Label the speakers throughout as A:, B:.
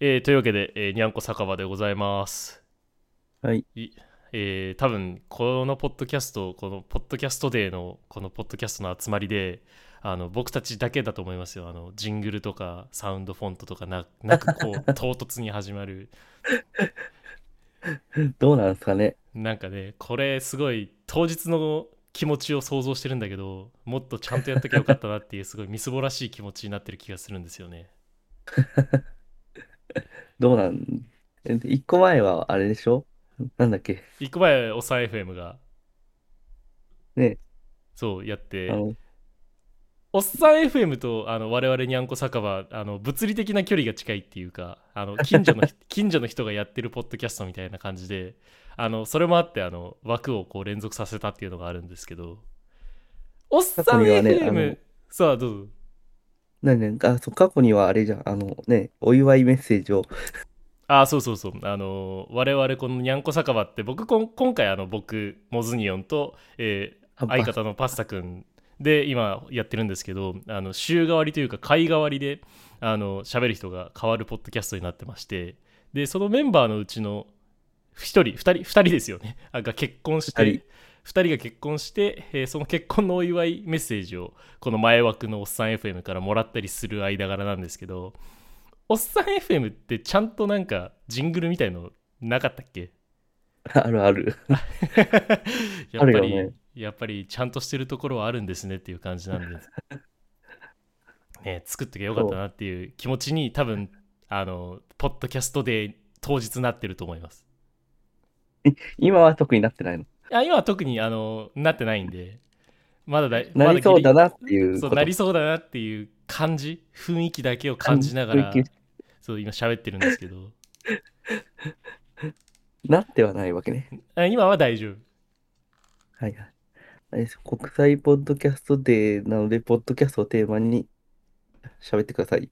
A: えーというわけで、えーにゃんこ酒場でございます。
B: はい。
A: えー多分このポッドキャスト、このポッドキャストデーの、このポッドキャストの集まりで、あの僕たちだけだと思いますよ。あのジングルとかサウンドフォントとかななくこ う唐突に始まる。
B: どうなんですかね。
A: なんかね、これすごい当日の気持ちを想像してるんだけど、もっとちゃんとやっときゃよかったなっていう、すごいみすぼらしい気持ちになってる気がするんですよね。
B: どうなん、え一個前はあれでしょなんだっけ
A: 行く前、おさ FM が。
B: ね
A: そうやって
B: あの、
A: おっさん FM とあの我々にゃんこ酒場あの物理的な距離が近いっていうかあの近所 の近所の人がやってるポッドキャストみたいな感じであのそれもあってあの枠をこう連続させたっていうのがあるんですけどおっさん
B: 過去にはね
A: FM、
B: あの
A: さあどうぞ
B: なんなんか、あそう、過去にはあれじゃん、あのね、お祝いメッセージを、
A: あそうそうそうあの我々このにゃんこ酒場って僕こん今回あの僕モズニオンと、えー
B: あ
A: 相方のパスタくんで今やってるんですけどあの週替わりというか回替わりであの喋る人が変わるポッドキャストになってましてでそのメンバーのうちの1人2人2人ですよねあが結婚して2人
B: 二
A: が結婚して、えーその結婚のお祝いメッセージをこの前枠のおっさん FM からもらったりする間柄なんですけどおっさん FM ってちゃんとなんかジングルみたいのなかったっけ
B: あるある。
A: やっぱ
B: あ
A: り、
B: るよね
A: やっぱりちゃんとしてるところはあるんですねっていう感じなん です。ね作ってきゃよかったなっていう気持ちに多分あのポッドキャストで当日なってると思います。
B: 今は特になってないの。
A: あ今は特にあのなってないんで まだだ
B: なりそうだ
A: な
B: なっていう
A: そう
B: こと
A: なりそうだなっていう感じ雰囲気だけを感じながら
B: 雰囲気
A: そう今喋ってるんですけど
B: なってはないわけね。
A: あ今は大丈夫。
B: はいはい。あれです国際ポッドキャストデーなので、ポッドキャストをテーマに喋ってください。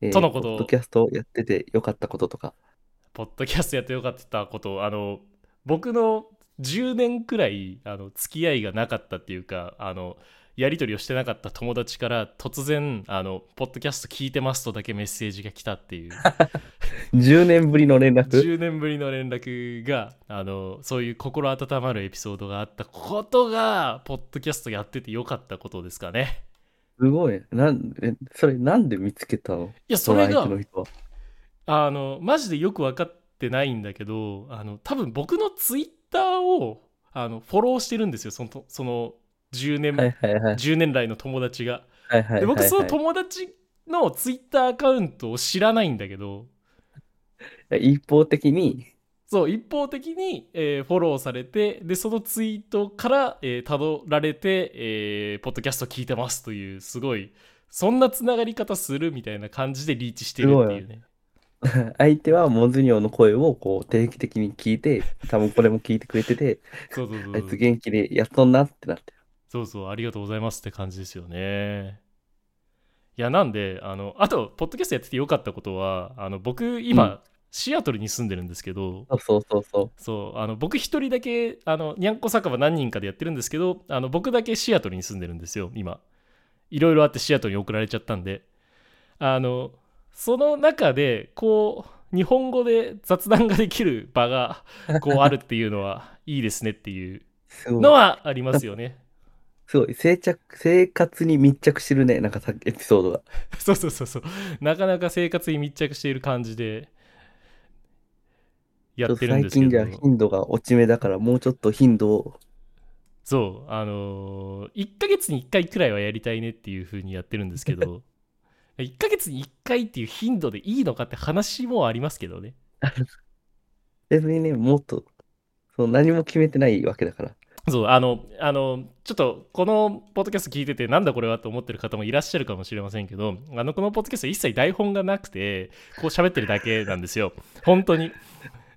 B: えー
A: とのこと
B: ポッドキャストをやっててよかったこととか。
A: ポッドキャストやってよかったことあの僕の10年くらいあの付き合いがなかったっていうかあのやり取りをしてなかった友達から突然あの「ポッドキャスト聞いてます」とだけメッセージが来た っていう
B: 10年ぶりの連絡。
A: 10年ぶりの連絡があのそういう心温まるエピソードがあったことがポッドキャストやっててよかったことですかね
B: すごい。なんえそれなんで見つけたの
A: いやそれ
B: の相
A: が
B: 手の人は。
A: あのマジでよく分かってないんだけどあの多分僕のツイッターをあのフォローしてるんですよそのとその10年、
B: はいはいはい。
A: 10年来の友達が。
B: はいはいはいはい
A: で僕その友達のツイッターアカウントを知らないんだけど
B: 一方的に、
A: そう一方的に、えーフォローされてでそのツイートからえー辿られて、えーポッドキャスト聞いてますというすごいそんなつながり方するみたいな感じでリーチしてるっていうね。
B: 相手はモズニョの声をこう定期的に聞いて、多分これも聞いてくれてて、
A: そうそうそう
B: あいつ元気でやっとんなってなってる。
A: そうそう、ありがとうございますって感じですよね。いや、なんで、あの、あと、ポッドキャストやっててよかったことは、あの、僕、今、
B: う
A: シアトルに住んでるんですけど、
B: そうそうそうそ
A: そう、あの、僕一人だけ、あの、にゃんこ酒場何人かでやってるんですけど、あの、僕だけシアトルに住んでるんですよ、今。いろいろあってシアトルに送られちゃったんで。あの、その中で、こう、日本語で雑談ができる場が、こう、あるっていうのは、いいですねっていう
B: う。すご
A: の
B: い。
A: はありますよね。
B: すごい。生着、生活に密着してるね。なんかさエピソードが。
A: そうそうそうそう。なかなか生活に密着している感じでやってるん
B: 最
A: ですけ
B: 近じゃ
A: ど。
B: 頻度が落ち目だから、もうちょっと頻度を。
A: そう、あのー、1ヶ月に1回くらいはやりたいねっていう風にやってるんですけど、1ヶ月に1回っていう頻度でいいのかって話もありますけどね。
B: 別にね、もっと、そう、何も決めてないわけだから。
A: そう、あの、あの、ちょっと、このポッドキャスト聞いてて、なんだこれはと思ってる方もいらっしゃるかもしれませんけど、あの、このポッドキャスト一切台本がなくて、こう喋ってるだけなんですよ。本当に。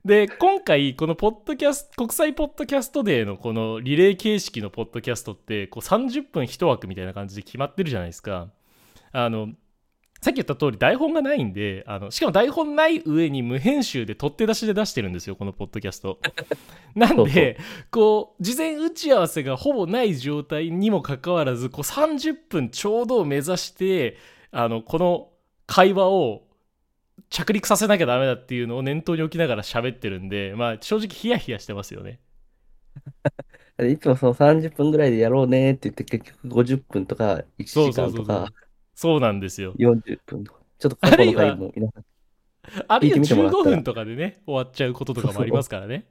A: で、今回、このポッドキャスト、国際ポッドキャストデーのこのリレー形式のポッドキャストって、こう30分一枠みたいな感じで決まってるじゃないですか。あの、さっき言った通り台本がないんであのしかも台本ない上に無編集で取って出しで出してるんですよこのポッドキャストなん
B: そうそう
A: でこう事前打ち合わせがほぼない状態にもかかわらずこう30分ちょうどを目指してあのこの会話を着陸させなきゃダメだっていうのを念頭に置きながら喋ってるんで、まあ、正直ヒヤヒヤしてますよね。
B: でいつもその30分ぐらいでやろうねって言って、結局50分とか1
A: そう
B: 時
A: そうそう
B: 間と
A: そう
B: か。
A: そうなんですよ。
B: 40分とか。ちょっと過去の
A: あるい
B: 回
A: は
B: も皆さん、
A: あるいは
B: 聞いてみてもらった
A: 15
B: ら
A: 分とかでね、終わっちゃうこととかもありますからね。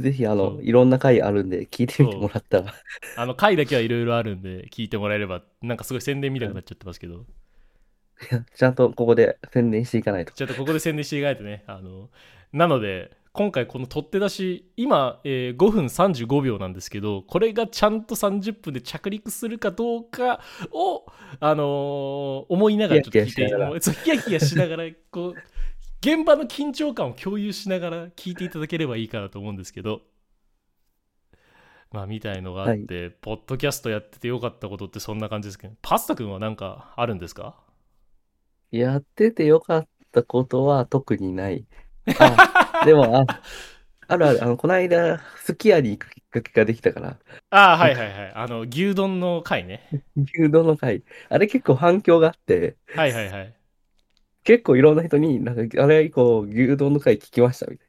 B: ぜひあの
A: そ、う
B: いろんな回あるんで、聞いてみて
A: そう
B: もらったら。
A: あの回だけはいろいろあるんで、聞いてもらえれば、なんかすごい宣伝みたいになっちゃってますけど、
B: ちゃんとここで宣伝していかないと。
A: ちょっとここで宣伝していかないとね。あのなので、今回この取って出し、今、えー5分35秒なんですけど、これがちゃんと30分で着陸するかどうかを、あのー思いながらちょっと聞い
B: ヒヤヒ
A: て、
B: ヤしながら
A: もうそうヒヤヒヤしながら、こう、現場の緊張感を共有しながら聞いていただければいいかなと思うんですけど。まあ、みたいのがあって、ポッドキャストやっててよかったことってそんな感じですけど、パスタくんは何かあるんですか
B: やっててよかったことは特 にない。あでも、あ、あるある、あの、この間、すき家に行くきっかけができたから、
A: ああ、はいはいはい。あの、牛丼の回ね。
B: 牛丼の回、あれ結構反響があって、
A: はいはいはい。
B: 結構いろんな人に、なんか、あれ以降、牛丼の回聞きましたみたい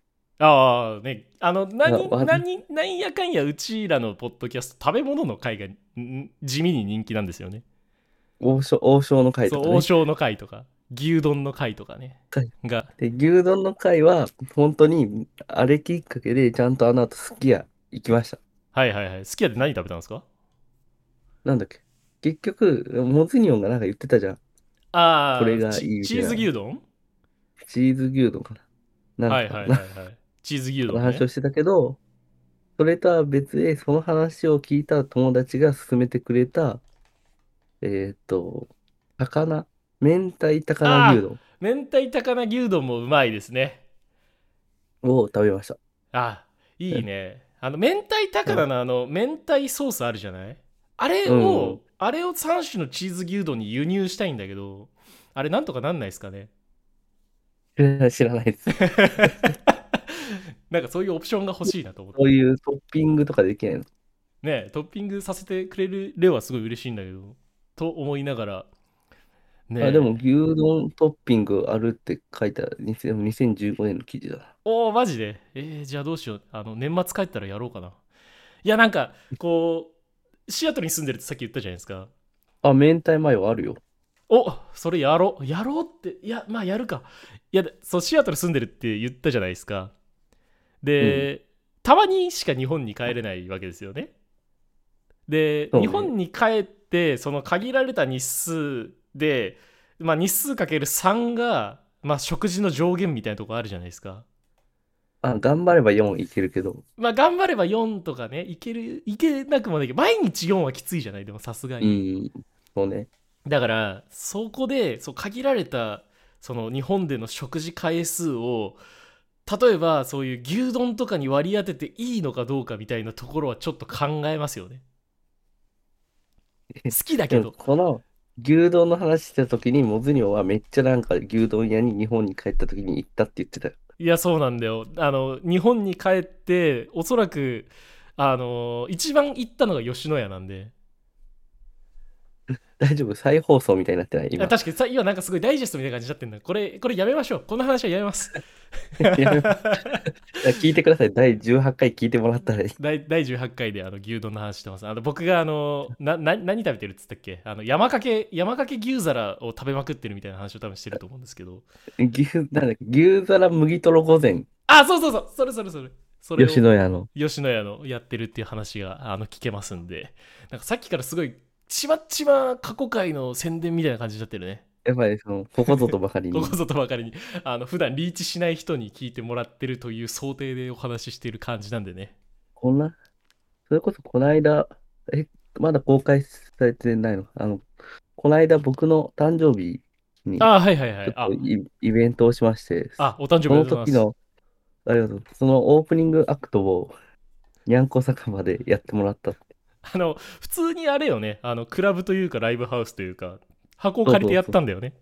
A: ああ、ね、あの、何、
B: わ
A: 何、何やかんや、うちらのポッドキャスト、食べ物の回がん地味に人気なんですよね。
B: な。王将、王将の回
A: そ
B: と
A: う
B: か、ね
A: 王。将の回とか、牛丼の回とかね
B: はい。
A: が、
B: で、牛丼の回は、本当に、あれきっかけで、ちゃんとあの後、すき家行きました。
A: はいはいはい。好きやで何食べたんですか
B: なんだっけ。結局、モズニオンがなんか言ってたじゃん。
A: ああ、
B: これがいい
A: チ
B: みた
A: チ
B: い
A: ー
B: な
A: ズ牛丼
B: チーズ牛丼かな。
A: は
B: ないんか、
A: はいはいはい。チーズ牛
B: の
A: 丼、ね
B: 話。をしてたけど、それとは別で、その話を聞いた友達が勧めてくれた、えーっと、高菜、明太高菜牛丼
A: 明太高菜牛丼もうまいですね。
B: を食べました。
A: あいいねあの明太高菜のあの明太ソースあるじゃないあれ
B: うん
A: をあれを3種のチーズ牛丼に輸入したいんだけどあれなんとかなんないですかね
B: 知らないです。
A: なんかそういうオプションが欲しいなと思って
B: そういうトッピングとかできないの。
A: ねトッピングさせてくれる例はすごい嬉しいんだけどと思いながらね
B: あ、でも牛丼トッピングあるって書いた、2000 2015年の記事だな。
A: おおマジでえーじゃあどうしようあの年末帰ったらやろうかないやなんかこうシアトルに住んでるってさっき言ったじゃないですか
B: あ、明太マヨあるよ。
A: おそれやろうやろうっていやまあやるかいやでそうシアトル住んでるって言ったじゃないですかで、たまにしか日本に帰れないわけですよねで、
B: そうね
A: 日本に帰ってその限られた日数で、まあ、日数かける3が、まあ、食事の上限みたいなとこあるじゃないですか
B: あ、頑張れば4いけるけど、
A: まあ頑張れば4とかねいけるいけなくもないけど毎日4はきついじゃないでもさすが
B: う
A: に、
B: ん、そうね。
A: だからそこでそう限られたその日本での食事回数を例えばそういう牛丼とかに割り当てていいのかどうかみたいなところはちょっと考えます よね。好きだけ
B: で
A: ど
B: もこの牛丼の話してた時にモズニョはめっちゃなんか牛丼屋に日本に帰った時に行ったって言ってたよ。
A: いやそうなんだよあの日本に帰っておそらくあの一番行ったのが吉野家なんで
B: 大丈夫再放送みたいになってない今
A: あ。確かにさ今なんかすごいダイジェストみたいな感じになってんだこれこれやめましょうこの話はやめます
B: やめ聞いてください。第18回聞いてもらったらいい。
A: 第第18回であの牛丼の話してます。あの僕があのなな何食べてるっつったっけあの山かけ山かけ牛皿を食べまくってるみたいな話を多分してると思うんですけど。
B: 牛、なんだっけ、牛皿麦とろ御前、
A: あ、そうそうそう、それそれそれ。それを
B: 吉野家の。
A: 吉野家のやってるっていう話があの聞けますんで、なんかさっきからすごいちまちま過去回の宣伝みたいな感じになってるね。
B: やっぱりその、ここぞとばかり
A: こ
B: に。
A: こぞとばかりにあの普段リーチしない人に聞いてもらってるという想定でお話ししている感じなんでね。
B: こんな、それこそこの間、え、まだ公開されてないのあの、この間僕の誕生日に、ち
A: あ、はいはいは
B: ょ
A: い
B: っ。
A: あ
B: と、イイベントをしまして、
A: あお誕生日
B: そ
A: おめ
B: の
A: でとうござ
B: 時
A: います。
B: の、ありがとう。そのオープニングアクトを、にゃんこ酒場でやってもらったって。
A: あの普通にあれよねあのクラブというかライブハウスというか箱を借りてやったんだよね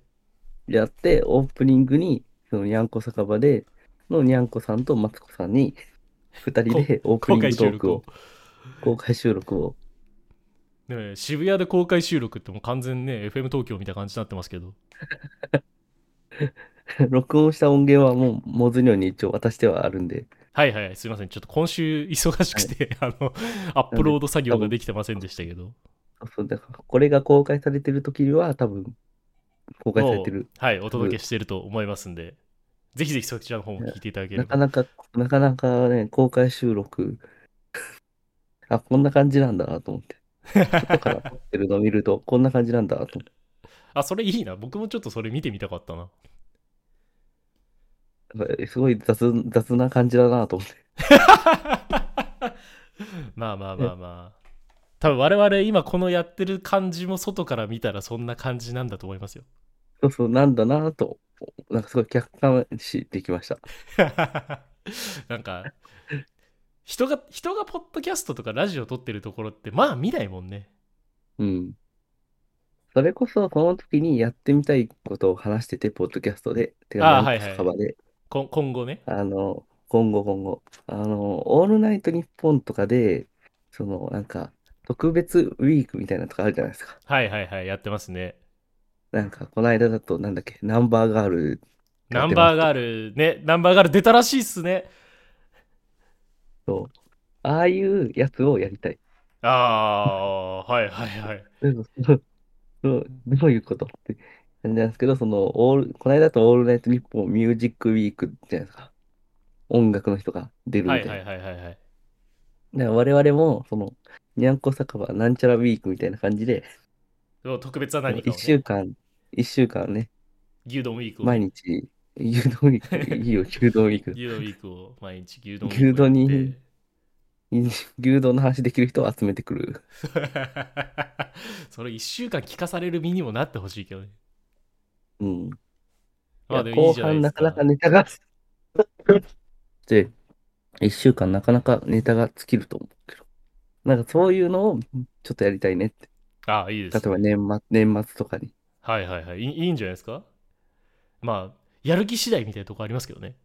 B: やって、オープニングに、そのにゃんこ酒場で、のにゃんこさんとマツコさんに、二人でオープ
A: 公
B: ニン
A: 開
B: グト
A: 収
B: ーク
A: 録
B: を
A: を、、
B: 公開収録を。
A: ねえ、渋谷で公開収録ってもう完全ね FM 東京みたいな感じになってますけど
B: 録音した音源はもう、モズニョに一応渡してはあるんで、
A: はいはい、すいません。ちょっと今週忙しくて、あの、アップロード作業ができてませんでしたけど。
B: そうだからこれが公開されてる時には、多分、公開されてる。
A: はい、お届けしてると思いますんで、ぜひぜひそちらの方も聞いていただけれ
B: な
A: ば。
B: かなか、なかなかね、公開収録、あ、こんな感じなんだなと思って。外から撮ってるのを見ると、こんな感じなんだなと思って。
A: あ、それいいな。僕もちょっとそれ見てみたかったな。
B: なんかすごい雑、雑な感じだなと思って。
A: まあまあまあまあ。多分我々今このやってる感じも外から見たらそんな感じなんだと思いますよ。
B: そうそう、なんだなと、なんかすごい客観視できました。
A: なんか人が人がポッドキャストとかラジオ撮ってるところってまあ見ないもんね。
B: うん。それこそ、この時にやってみたいことを話してて、ポッドキャストで、て
A: あーは
B: か、マン
A: い
B: ク
A: はい
B: スカバで、
A: こ今後ね。
B: あの、今後今後、あの、オールナイトニッポンとかで、その、なんか、特別ウィークみたいなのとかあるじゃないですか。
A: はいはいはいやってますね。
B: なんか、この間だと、なんだっけ、ナンバーガール、
A: ナンバーガールねナンバーガール出たらしいっすね。
B: そうああいうやつをやりたい。
A: ああーはいはいはい。
B: そうそうそうそうどういうことって感じなんですけど、その、オール、この間だとオールナイトニッポンミュージックウィークじゃないですか。音楽の人が出るみ
A: は
B: たい
A: い
B: な。
A: はいはいはいはい。
B: だから我々も、その、にゃんこ酒場なんちゃらウィークみたいな感じで、
A: でも特別は何かを、
B: 一
A: ね、
B: 週間、一週間ね、
A: 牛丼ウィークを
B: 毎日、牛丼ウィーク、いいよ、牛 丼ウィーク。
A: 牛丼ウィークを毎日牛丼
B: 牛丼に
A: ウィーク
B: 牛丼の話できる人を集めてくる。
A: をやって それ1週間聞かされる身にもなってほしいけどね。
B: うん。
A: まあでもい
B: 後
A: いじゃな
B: 半
A: いで
B: な
A: す
B: かなか
A: か。
B: ネタが。 で、一週間なかなかネタが尽きると思うけど。なんかそういうのをちょっとやりたいねって。
A: ああいいです
B: 例
A: ね
B: えば年末、年末とかに。
A: はいはいはいいいいいんじゃないですかまあやる気次第みたいなとこありますけどね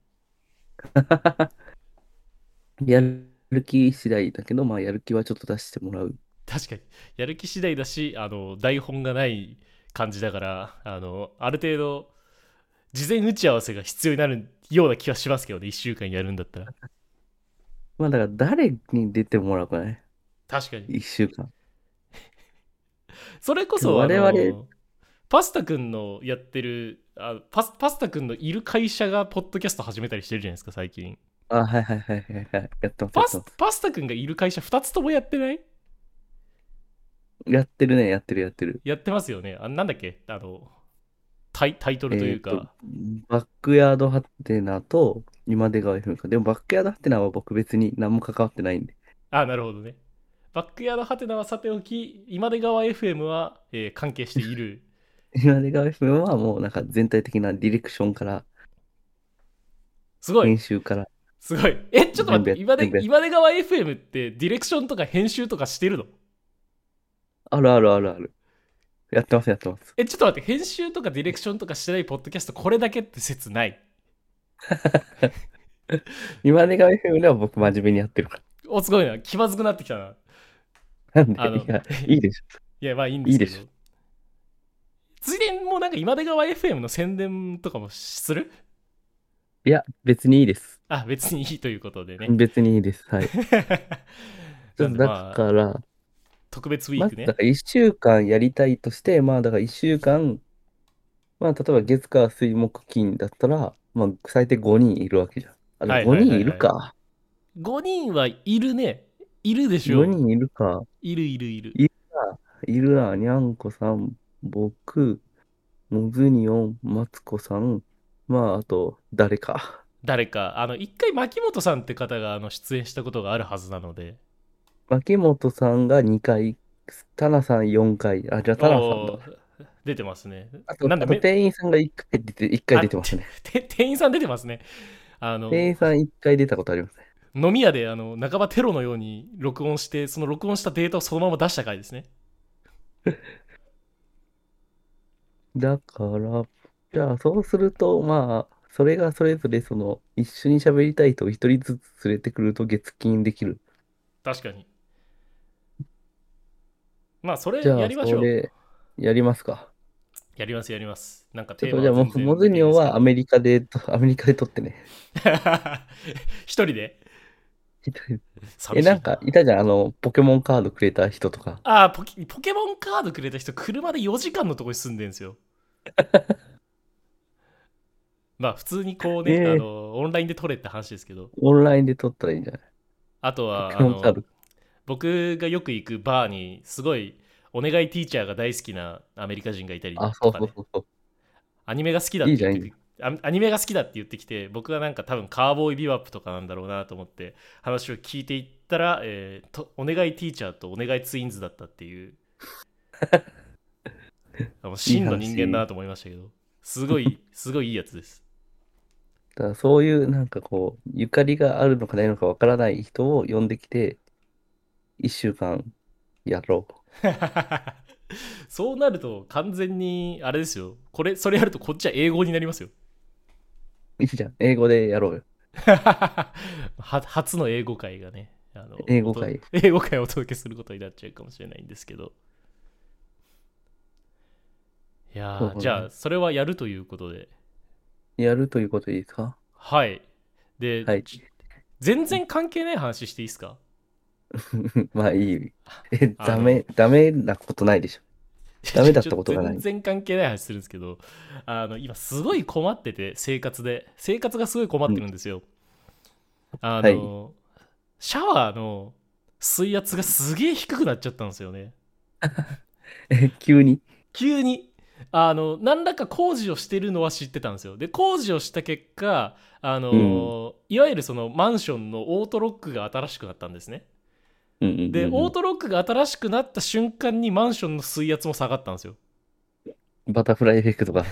B: やる気次第だけど、まあやる気はちょっと出してもらう。
A: 確かにやる気次第だしあの台本がない感じだからあのある程度事前打ち合わせが必要になるような気はしますけどね1週間やるんだったら
B: まあだから誰に出てもらうかね。
A: 確かに
B: 一週間。
A: それこ
B: で
A: そ
B: も
A: あ
B: 我々
A: のパスタくんのやってるあパスパスタくんのいる会社がポッドキャスト始めたりしてるじゃないですか最近
B: あ、はいはいはいはいはい。やってます。
A: パ
B: やって
A: ス
B: ます
A: パスタくんがいる会社2つともやってない
B: やってるね、やってるやってる。
A: やってますよね。あなんだっけあのタイタイトルというか、
B: えーとバックヤードハテナと今出川 FM か。でもバックヤードハテナは僕別に何も関わってないんで。
A: あ、なるほどね。バックヤードハテナはさておき、今出川 FM は、えー関係している。
B: 今出川 FM はもうなんか全体的なディレクションから、
A: すごい、
B: 編集から。
A: すごい。え、ちょっと待って、
B: 全部
A: 今
B: や全部や
A: 出今出川 FM ってディレクションとか編集とかしてるの
B: あるあるあるある。やってますやってます。
A: え、ちょっと待って、編集とかディレクションとかしてないポッドキャスト、これだけって説ない。
B: 今出川 FM では僕真面目にやってるか
A: お、すごいな。気まずくなってきたな。
B: ら。なん
A: あの
B: で、いや、いいでしょ。
A: いや、まあいいんですけ
B: いい
A: ど。ついでにもうなんか今出川 FM の宣伝とかもする
B: いや、別にいいです。
A: あ、別にいいということでね。
B: 別にいいです。はい。
A: なんで
B: だ
A: まあ、
B: から、
A: 特別ウィ
B: ま
A: ー
B: あ、
A: ク
B: だ
A: ね。
B: から1週間やりたいとして、まあだから1週間、まあ例えば月火水木金だったら、まあ最低5人いるわけじゃん。あ、でも
A: はいはいはいはい
B: 5人いるか。
A: 5人はいるね。いるでしょ
B: 4
A: う。
B: 人いるか。
A: いるいるいる。
B: いるな、にゃんこさん、僕、モズニオン、マツコさん、まああと誰か。
A: 誰か、あの、一回牧本さんって方があの出演したことがあるはずなので。
B: 牧本さんが2回、タナさん4回、あ、じゃあタナさん
A: お
B: だ。
A: ー出てますね。
B: あと、
A: なんで
B: あと
A: め
B: 店員さんが1回出て、一回出てますね。
A: て店員さん出てますね。あの、
B: 店員さん1回出たことありますね。
A: 飲み屋で、あの、半ばテロのように録音して、その録音したデータをそのまま出した回ですね。
B: だから、じゃあそうすると、まあ、それがそれぞれその、一緒に喋りたい人を一人ずつ連れてくると月金できる。
A: 確かに。まあ、それ
B: じゃあ、
A: やりましょ。
B: そうれ、やりますか。
A: やりますやります。なんか
B: ち
A: テ
B: ょっ
A: ーマ
B: とじゃあ、
A: は
B: も
A: 全然
B: モズニョはアメリカで、 アメリカで撮ってね。
A: 一人で
B: え、
A: 寂しい
B: なんか、いたじゃん、あの、ポケモンカードくれた人とか。
A: ああポケ、ポケモンカードくれた人、車で4時間のとこに住んでんですよ。 まあ、普通にこうね、
B: ええ
A: あの、オンラインで取れって話ですけど、
B: オンラインで撮ったらいいんじゃ
A: あと
B: な
A: はい
B: ポ
A: あ
B: ケモンカー
A: の
B: ド。
A: 僕がよく行くバーに、すごいお願いティーチャーが大好きなアメリカ人がいたりとか、
B: あ、
A: ね、
B: そうそうそうそう。
A: アニメが好きだって言って
B: いいじ
A: あアニメが好きだって言ってきて、僕がなんか多分カーボーイビバップとかなんだろうなと思って話を聞いていったら、えーとお願いティーチャーとお願いツインズだったって いう。あもう真の人間だなと思いましたけど、すごい、 すごいいいやつです。
B: だからそういうなんかこう、ゆかりがあるのかないのかわからない人を呼んできて、一週間やろ
A: そうなると完全にあれですよ。これ、それやるとこっちは英語になりますよ。
B: う。いいじゃん。英語でやろうよ。
A: は初の英語会がねあの
B: 英語会
A: おと英語会をお届けすることになっちゃうかもしれないんですけどいや
B: そう
A: ー、
B: だね
A: じゃあそれはやるということで
B: やるということでいいですか
A: はいで、
B: はい。
A: 全然関係ない話していいですか
B: まあいい。え、
A: あの
B: ダメ、ダメなことないでしょ。ダメだったことがない
A: ちょっ 全然関係ない話するんですけどあの今すごい困ってて生活で生活がすごい困ってるんですよ、あの、シャワーの水圧がすげえ低くなっちゃったんですよね
B: え、急に。
A: 急にあの何らか工事をしてるのは知ってたんですよで工事をした結果あのー、いわゆるそのマンションのオートロックが新しくなったんですね
B: うんうんうんうん
A: で、オートロックが新しくなった瞬間にマンションの水圧も下がったんですよ
B: バタフライエフェクトが。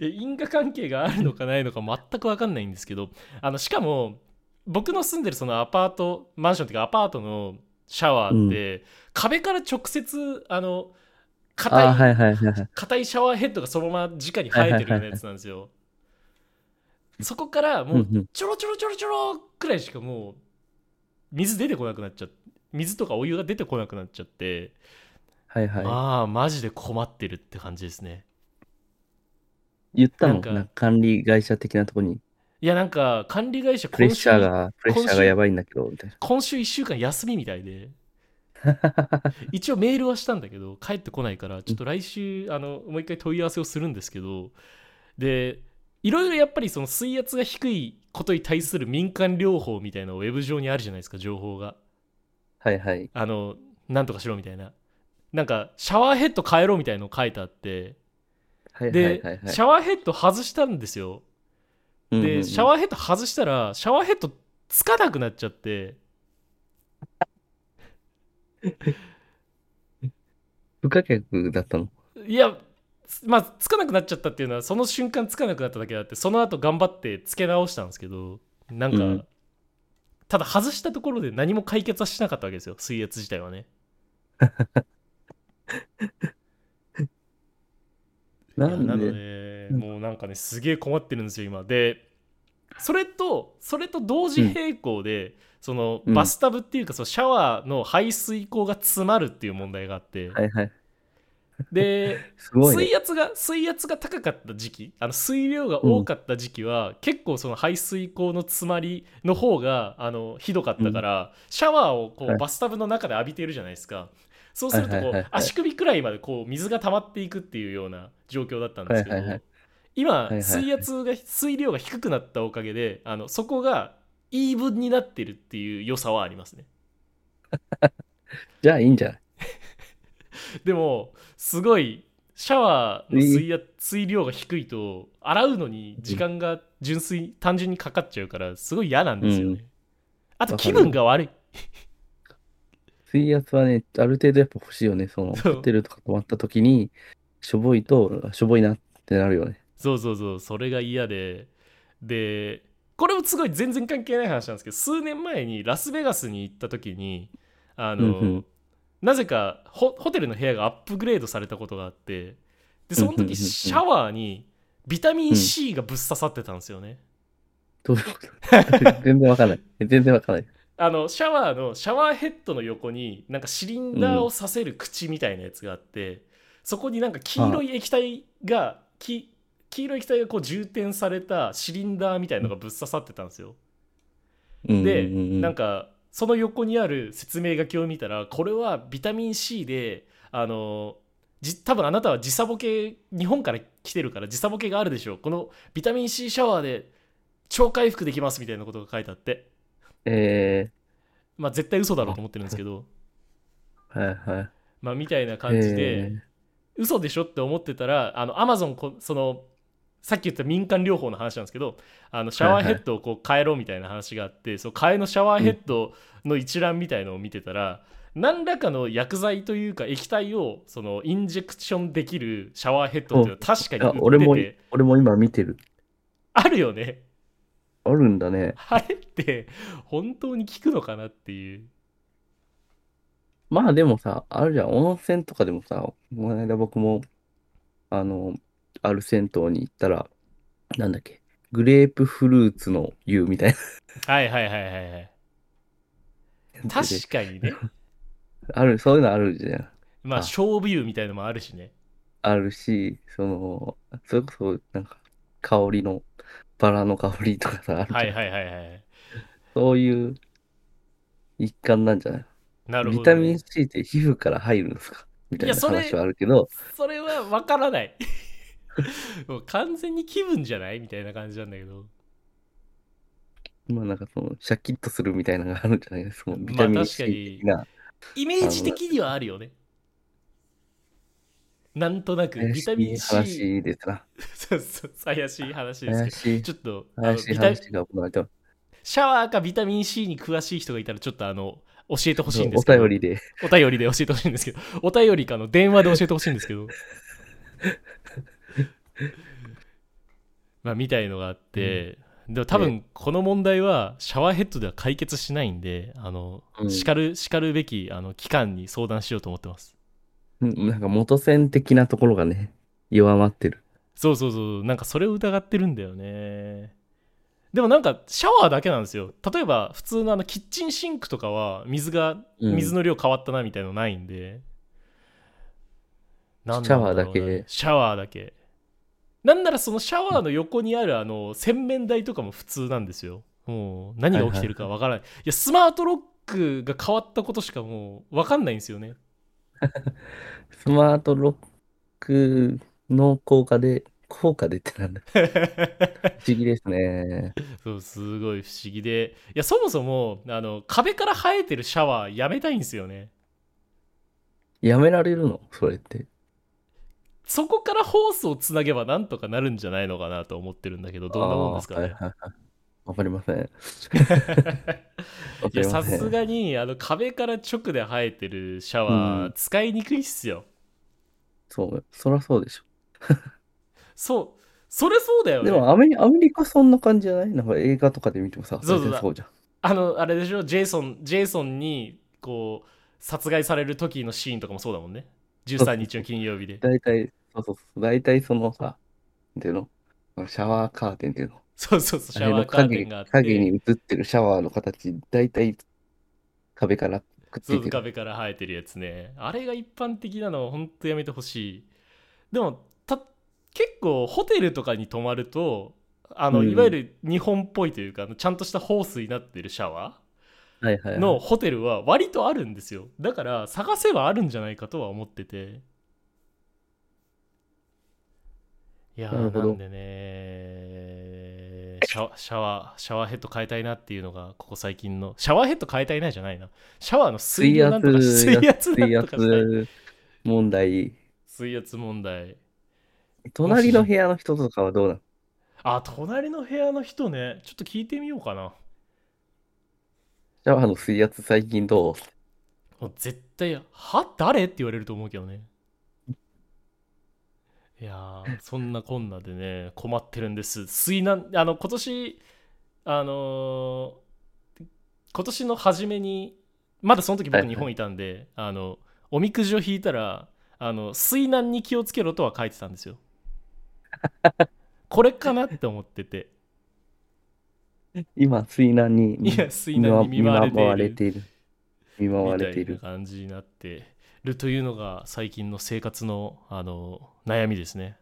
A: いや因果関係があるのかないのか全く分かんないんですけどあのしかも僕の住んでるそのアパートマンションっていうかアパートのシャワーって、壁から直接あの硬い
B: あ、はいはいはいはい。
A: 硬いシャワーヘッドがそのまま直に生えてるようなやつなんですよ。そこから
B: うん
A: もう
B: うん。
A: ちょろちょろちょろちょろくらいしかもう水出てこなくなっちゃって水とかお湯が出てこなくなっちゃって、
B: はいは
A: まあマジで困ってるって感じですね。
B: い。言った
A: な
B: の
A: んか
B: なんか管理会社的なとこに、
A: いやなんか管理会社
B: プレッ
A: 今
B: シ
A: 週
B: ャーが、プレッシャーがやばいんだけど、みたいな。
A: 今週1週間休みみたい で一応メールはしたんだけど帰ってこないからちょっと来週あのもう一回問い合わせをするんですけどでいろいろやっぱりその水圧が低いことに対する民間療法みたいなのウェブ上にあるじゃないですか情報が
B: はいはい。
A: あのなんとかしろみたいななんかシャワーヘッド変えろみたいなの書いてあって
B: はいはいはい
A: で、
B: はい。
A: シャワーヘッド外したんですよ
B: うんうんうん
A: でシャワーヘッド外したらシャワーヘッドつかなくなっちゃって
B: 不可逆だったの。
A: いやつまあつかなくなっちゃったっていうのはその瞬間つかなくなっただけだってその後頑張ってつけ直したんですけどなんか、
B: うん
A: ただ外したところで何も解決はしなかったわけですよ水圧自体はねい
B: な
A: や
B: ん
A: なの
B: で、
A: で
B: うん
A: もうなんかねすげえ困ってるんですよ今でそれとそれと同時並行で、その
B: うん
A: バスタブっていうか、そのシャワーの排水口が詰まるっていう問題があって、
B: はいはい。
A: です
B: ごいね。
A: 水圧が水圧が高かった時期あの水量が多かった時期は、結構その排水口の詰まりの方があのひどかったから、シャワーをこう、
B: はい
A: バスタブの中で浴びてるじゃないですかそうするとこう、
B: はいはいはいはい
A: 足首くらいまでこう水が溜まっていくっていうような状況だったんですけど、
B: はいはいはい
A: 今、
B: いはい
A: 水圧が水量が低くなったおかげであのそこがイーブンになってるっていう良さはありますね
B: じゃあいいんじゃない
A: でもすごいシャワーの水圧水量が低いと洗うのに時間が純粋単純にかかっちゃうからすごい嫌なんですよね、
B: うん
A: あと
B: わか
A: 気
B: る
A: 分が悪い
B: 水圧はね、ある程度やっぱ欲しいよね。その、
A: そう
B: ホテルとか泊まった時に、しょぼいと、しょぼいなってなるよね。
A: そうそうそうそれが嫌ででこれもすごい全然関係ない話なんですけど数年前にラスベガスに行った時にあの、
B: うんうん
A: なぜかホホテルの部屋がアップグレードされたことがあってでその
B: うんうんうん
A: 時
B: うん
A: シャワーにビタミン C がぶっ刺さってたんですよね、
B: どういうこと 全然わかんない。全然わかんない。
A: あのシャワーのシャワーヘッドの横になんかシリンダーをさせる口みたいなやつがあって、そこになんか黄色い液体がき黄色い液体がこう充填されたシリンダーみたいのがぶっ刺さってたんですよ。でなん
B: か、
A: かその横にある説明書きを見たらこれはビタミン C であのじ多分あなたは時差ボケ日本から来てるから時差ボケがあるでしょうこのビタミン C シャワーで超回復できますみたいなことが書いてあって
B: え
A: まあ絶対嘘だろうと思ってるんですけど
B: ー、はいはい。
A: まあみたいな感じで、
B: え
A: 嘘でしょって思ってたらあのアマゾンこそのさっき言った民間療法の話なんですけどあのシャワーヘッドをこう変えろみたいな話があって、その替えのシャワーヘッドの一覧みたいのを見てたら、何らかの薬剤というか液体をそのインジェクションできるシャワーヘッドっていうのは確かに
B: ーあ俺
A: 売っ
B: も
A: てて、
B: 俺も今見てる。
A: あるよね
B: あるんだね。
A: あれって本当に効くのかなっていう
B: まあでもさ、あるじゃん、温泉とかでもさ、この間僕も、あの、ある銭湯に行ったら、なんだっけ、グレープフルーツの湯みたい
A: はいはいはいはいはい
B: なやつで
A: 確かにね
B: ある、そういうのあるじゃん。
A: まあ勝負湯みたいのもあるしね
B: あるし、その、それこそ、なんか、香りの、バラの香りとかさ、あるじゃん
A: はいはいはいはい
B: そういう一環なんじゃない
A: なるほど、ね、
B: ビタミン C って皮膚から入るんですかみたい
A: いや
B: な
A: それ
B: 話はあるけど、
A: それはわからない もう完全に気分じゃないみたいな感じなんだけど
B: まあなんかその、シャキッとするみたいなのがあるんじゃないですか。
A: まあ
B: ビタミン
A: 確か
B: C
A: に
B: 的な。
A: イメージ的にはあるよねなんとなくビタミン C
B: 怪しい話ですな。
A: そうそう怪しい話ですけ
B: 怪
A: ど
B: しい、
A: ちょっとあの
B: 怪しい
A: ビタ
B: 話が行われてます。
A: シャワーかビタミン C に詳しい人がいたらちょっとあの教えてほしいんで
B: お
A: すけど
B: 便りで、
A: お便りで教えてほしいんですけどお便りかの電話で教えてほしいんですけどまあみたいのがあって、でも多分この問題はシャワーヘッドでは解決しないんであの、
B: うん
A: しかるしかるべきあの機関に相談しようと思ってます
B: うんなんか元栓的なところがね、弱まってる。
A: そうそうそうなんかそれを疑ってるんだよねでもなんかシャワーだけなんですよ例えば普通のあのキッチンシンクとかは水が
B: うん
A: 水の量変わったなみたいのないんで、なん
B: シャワー
A: なんろうな
B: だけ
A: シャワーだけなんならそのシャワーの横にあるあの洗面台とかも普通なんですよもう何が起きてるかわからない,、いやスマートロックが変わったことしかもうわかんないんですよね
B: スマートロックの効果で、効果でって なんだ。不思議ですね。
A: そうすごい不思議でいやそもそもあの壁から生えてるシャワーやめたいんですよね
B: やめられるのそれって。
A: そこからホースをつなげばなんとかなるんじゃないのかなと思ってるんだけどどんなもんですか
B: あーは
A: ね
B: いはいはいわかりません。わか
A: いや
B: り
A: さ
B: ません
A: すがにあの壁から直で生えてるシャワー、
B: うん
A: 使いにくいっすよ
B: そう、そらそうでしょ。
A: そうそれそうだよね
B: でもアメリアメリカそんな感じじゃないなんか映画とかで見てもさ、
A: そうそう
B: 大体そうじゃん。
A: あのあれでしょジェイソンジェイソンにこう殺害される時のシーンとかもそうだもんね13日の金曜日で
B: 大体、そうそうそう、大体そのさ、なんていうのシャワーカーテンっていうの
A: そうそうそうシ
B: あ
A: ャ
B: れ
A: ワー
B: の
A: カーテンがあって
B: 影に映ってるシャワーの形、大体壁からくっつ
A: そ
B: いうてる。
A: 壁から生えてるやつねあれが一般的なのは本当やめてほしいでもた結構ホテルとかに泊まるとあの、
B: うん
A: いわゆる日本っぽいというかあのちゃんとしたホースになってるシャワ
B: はいはいは
A: ー
B: い
A: のホテルは割とあるんですよだから探せばあるんじゃないかとは思ってていやー
B: なるほど
A: なんでねシャワシャワーシャワーヘッド変えたいなっていうのがここ最近のシャワーヘッド変えたいなじゃないなシャワーの水
B: 水
A: 量なんとか
B: 圧
A: 水圧
B: 水
A: なんとかしたい
B: 圧問題。
A: 水圧問題
B: 隣の部屋の人とかはどうなの
A: あ隣の部屋の人ねちょっと聞いてみようかな
B: シャワーの水圧最近どう
A: もう絶対「は誰?」って言われると思うけどねいやーそんなこんなでね困ってるんです水難あの今年あのー今年の初めにまだその時僕日本いたんで、あのおみくじを引いたらあの水難に気をつけろとは書いてたんです よこれかなって思ってて
B: 今、水難に
A: いや水難に見舞われている
B: 見舞われている。見舞われてい
A: みたいな
B: る。
A: 感じになってるというのが最近の生活のあの悩みです ね。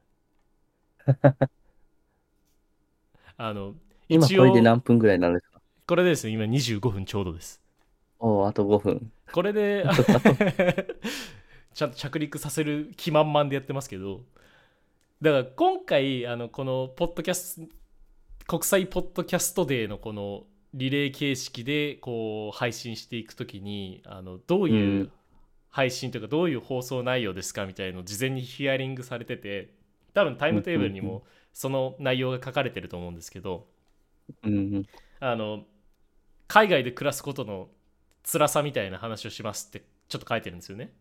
A: あの
B: 今こ
A: 一応
B: れで何分ぐらいになるんですか
A: これでですね今25分ちょうどです。
B: おお、あと5分。
A: これで ちゃんと着陸させる気満々でやってますけどだから今回あのこのポッドキャスト国際ポッドキャストデーのこのリレー形式でこう配信していくときにあのどういううん配信というかどういう放送内容ですかみたいのを事前にヒアリングされてて多分タイムテーブルに
B: うんうん
A: もその内容が書かれてると思うんですけど、
B: うん。
A: あの海外で暮らすことの辛さみたいな話をしますってちょっと書いてるんですよね。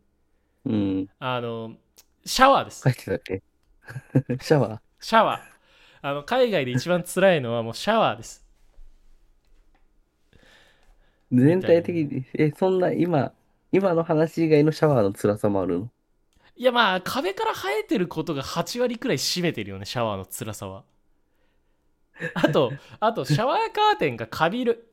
B: うん。
A: あのシャワーです
B: 書。いてたっけ シャワー
A: シャワー。あの海外で一番辛いのはもうシャワーです。
B: 全体的に、え、そんな今、今の話以外のシャワーの辛さもあるの
A: いやまあ壁から生えてることが8割くらい占めてるよねシャワーの辛さは。あとあとシャワーカーテンがカビる。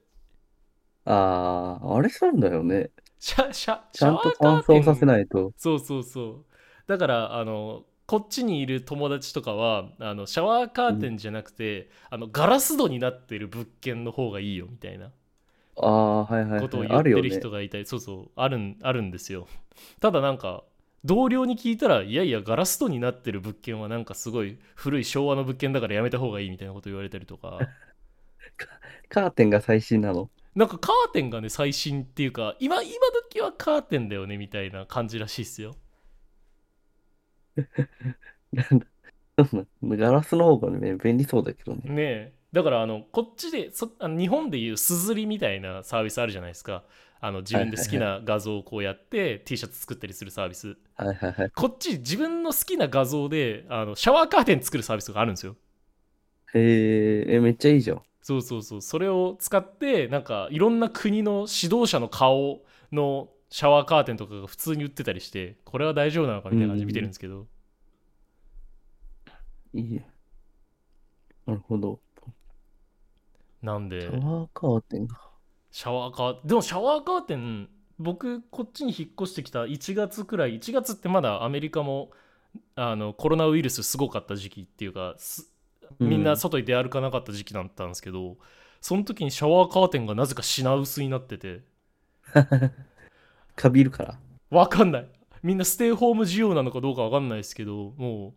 B: あー、あれそうだよね。
A: シャシャ
B: ち
A: シ
B: ゃ
A: ャ
B: ん
A: ワ
B: と
A: ーカ
B: 乾
A: ーテン
B: 燥させないと。
A: そうそうそうだからあのこっちにいる友達とかはあのシャワーカーテンじゃなくて、あのガラス戸になってる物件の方がいいよみたいな
B: あー、はいはい、
A: ことを
B: はい。
A: 言っ
B: あ
A: て
B: るよ
A: る
B: ね。
A: 人がいたり、そうそうあるんあるんですよただなんか同僚に聞いたらいやいやガラス戸になってる物件はなんかすごい古い昭和の物件だからやめた方がいいみたいなこと言われたりと か
B: カーテンが最新なの。
A: なんかカーテンがね最新っていうか今今時はカーテンだよねみたいな感じらしいっすよ
B: なんだそうなんだガラスの方がね、便利そうだけどね。
A: ねえだからあのこっちでそあの日本でいうすずりみたいなサービスあるじゃないですかあの自分で好きな画像をこうやって T シャツ作ったりするサービス
B: はいはいはい。
A: こっち自分の好きな画像であのシャワーカーテン作るサービスがあるんですよ
B: えー、え、めっちゃいいじゃん。
A: そうそうそうそれを使ってなんかいろんな国の指導者の顔のシャワーカーテンとかが普通に売ってたりしてこれは大丈夫なのかみたいな感じで見てるんですけど
B: いいや。なるほど。
A: なん
B: シ
A: で
B: ャワーカーテンが。
A: シャワーカーでもシャワーカーテン僕こっちに引っ越してきた1月くらい1月ってまだアメリカもあのコロナウイルスすごかった時期っていうかすみんな外に出歩かなかった時期だったんですけど、その時にシャワーカーテンがなぜか品薄になってて
B: カビるから。
A: わかんないみんなステイホーム需要なのかどうかわかんないですけども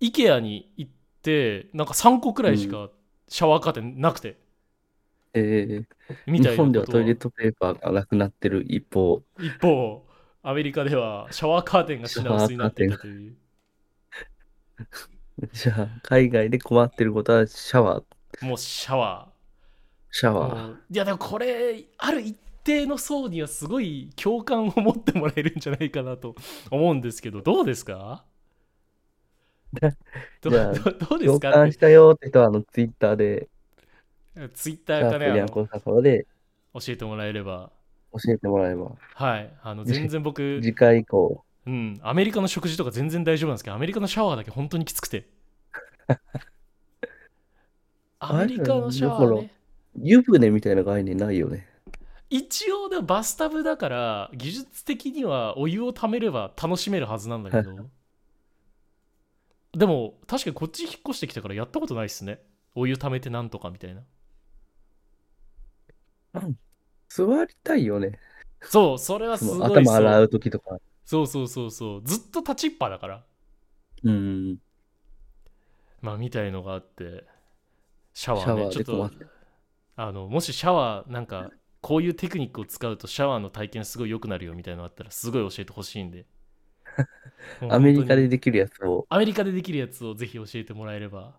A: う IKEA に行ってなんか3個くらいしかシャワーカーテンなくて、
B: えー、
A: みたいな
B: 日本で
A: こ
B: は
A: と
B: トイレットペーパーがなくなってる一方、
A: 一方アメリカではシャワーカーテンが品薄になっていたという
B: じゃあ、海外で困ってることはシャワー、
A: もうシャワ
B: シャ
A: ー
B: ワ
A: も
B: ー。
A: ういやでもこれある一定の層にはすごい共感を持ってもらえるんじゃないかなと思うんですけどどうです かど
B: じゃあ
A: ど どうです
B: 共
A: かっ
B: 感したよって人は、あの、ツイッターで、
A: てツイッ
B: シ
A: タ
B: ャ
A: ーか
B: ー
A: ね
B: プに
A: あの
B: ゃんこさそうで
A: 教えてもらえれば
B: 教えてもらえば、
A: はいあの全然僕、
B: 次回以降、
A: うん、アメリカの食事とか全然大丈夫なんですけどアメリカのシャワーだけ本当にきつく てアメリカのシャワ
B: あれ
A: ー
B: だよ
A: ね
B: ね湯船みたいな概念ないよね。
A: 一応でもバスタブだから技術的にはお湯をためれば楽しめるはずなんだけど でも確かにこっち引っ越してきたからやったことないっすねお湯ためてなんとかみたいな
B: 座りたいよね。
A: そうそれはす
B: そ
A: ごい
B: の頭洗
A: う
B: うときとか。
A: そうそうそうそうずっと立ちっぱだから
B: うん。
A: まあみたいのがあってシャワ
B: シャ
A: ーね
B: ワー
A: ちょ
B: で
A: っ
B: 困
A: と
B: ってる。
A: あのもしシャワーなんかこういうテクニックを使うとシャワーの体験すごい良くなるよみたいなのあったらすごい教えてほしいん でもう
B: アメリカ
A: 本当に
B: でできるやつを、
A: アメリカでできるやつをぜひ教えてもらえれば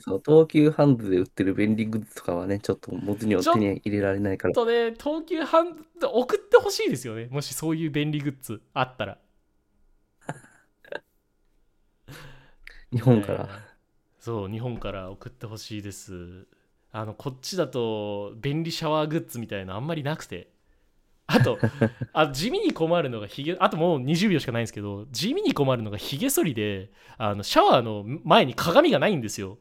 B: そう東急ハンズで売ってる便利グッズとかはね、ちょっとモズには手に入れられないか
A: あ
B: ら、
A: とね東急ハンズ送ってほしいですよねもしそういう便利グッズあったら
B: 日本か
A: えー
B: ら。
A: そう日本から送ってほしいですあのこっちだと便利シャワーグッズみたいなあんまりなくてあ とあ地味に困るのがひげあともう20秒しかないんですけど地味に困るのがひげ剃りであのシャワーの前に鏡がないんですよ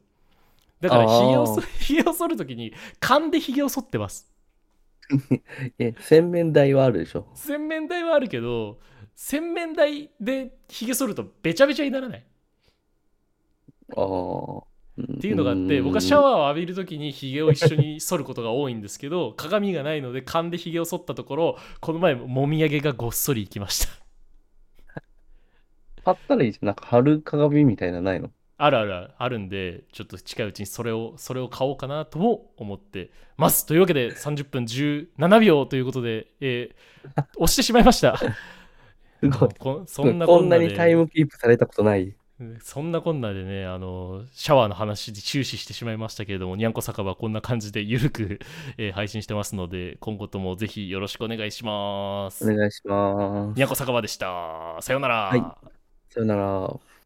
A: だからひげをそ
B: あ
A: ひげを剃るときに勘でひげを剃ってます
B: え、洗面台はあるでしょ。
A: 洗面台はあるけど洗面台でひげ剃るとべちゃべちゃにならない
B: ああ。っ
A: っていうのがあって僕はシャワーを浴びる時にひげを一緒に剃ることが多いんですけど鏡がないので勘でひげを剃ったところこの前もみあげがごっそりいきました
B: 貼ったらいいじゃん。なんか貼る鏡みたいなのないの
A: あるあるあるあるんでちょっと近いうちにそれをそれを買おうかなとも思ってますというわけで30分17秒ということで、えー押してしまいました
B: すごい。
A: こそんな
B: こ
A: こ
B: ん
A: ん
B: な
A: な
B: にタイ
A: で
B: ムキープされたことない。
A: そんなこんなでねあのシャワーの話で終始してしまいましたけれどもにゃんこ酒場はこんな感じでゆるく、 えー配信してますので今後ともぜひよろしくお願いしま
B: お
A: す
B: 願いします。
A: にゃんこ酒場でしたさようなら、
B: はいさよなら。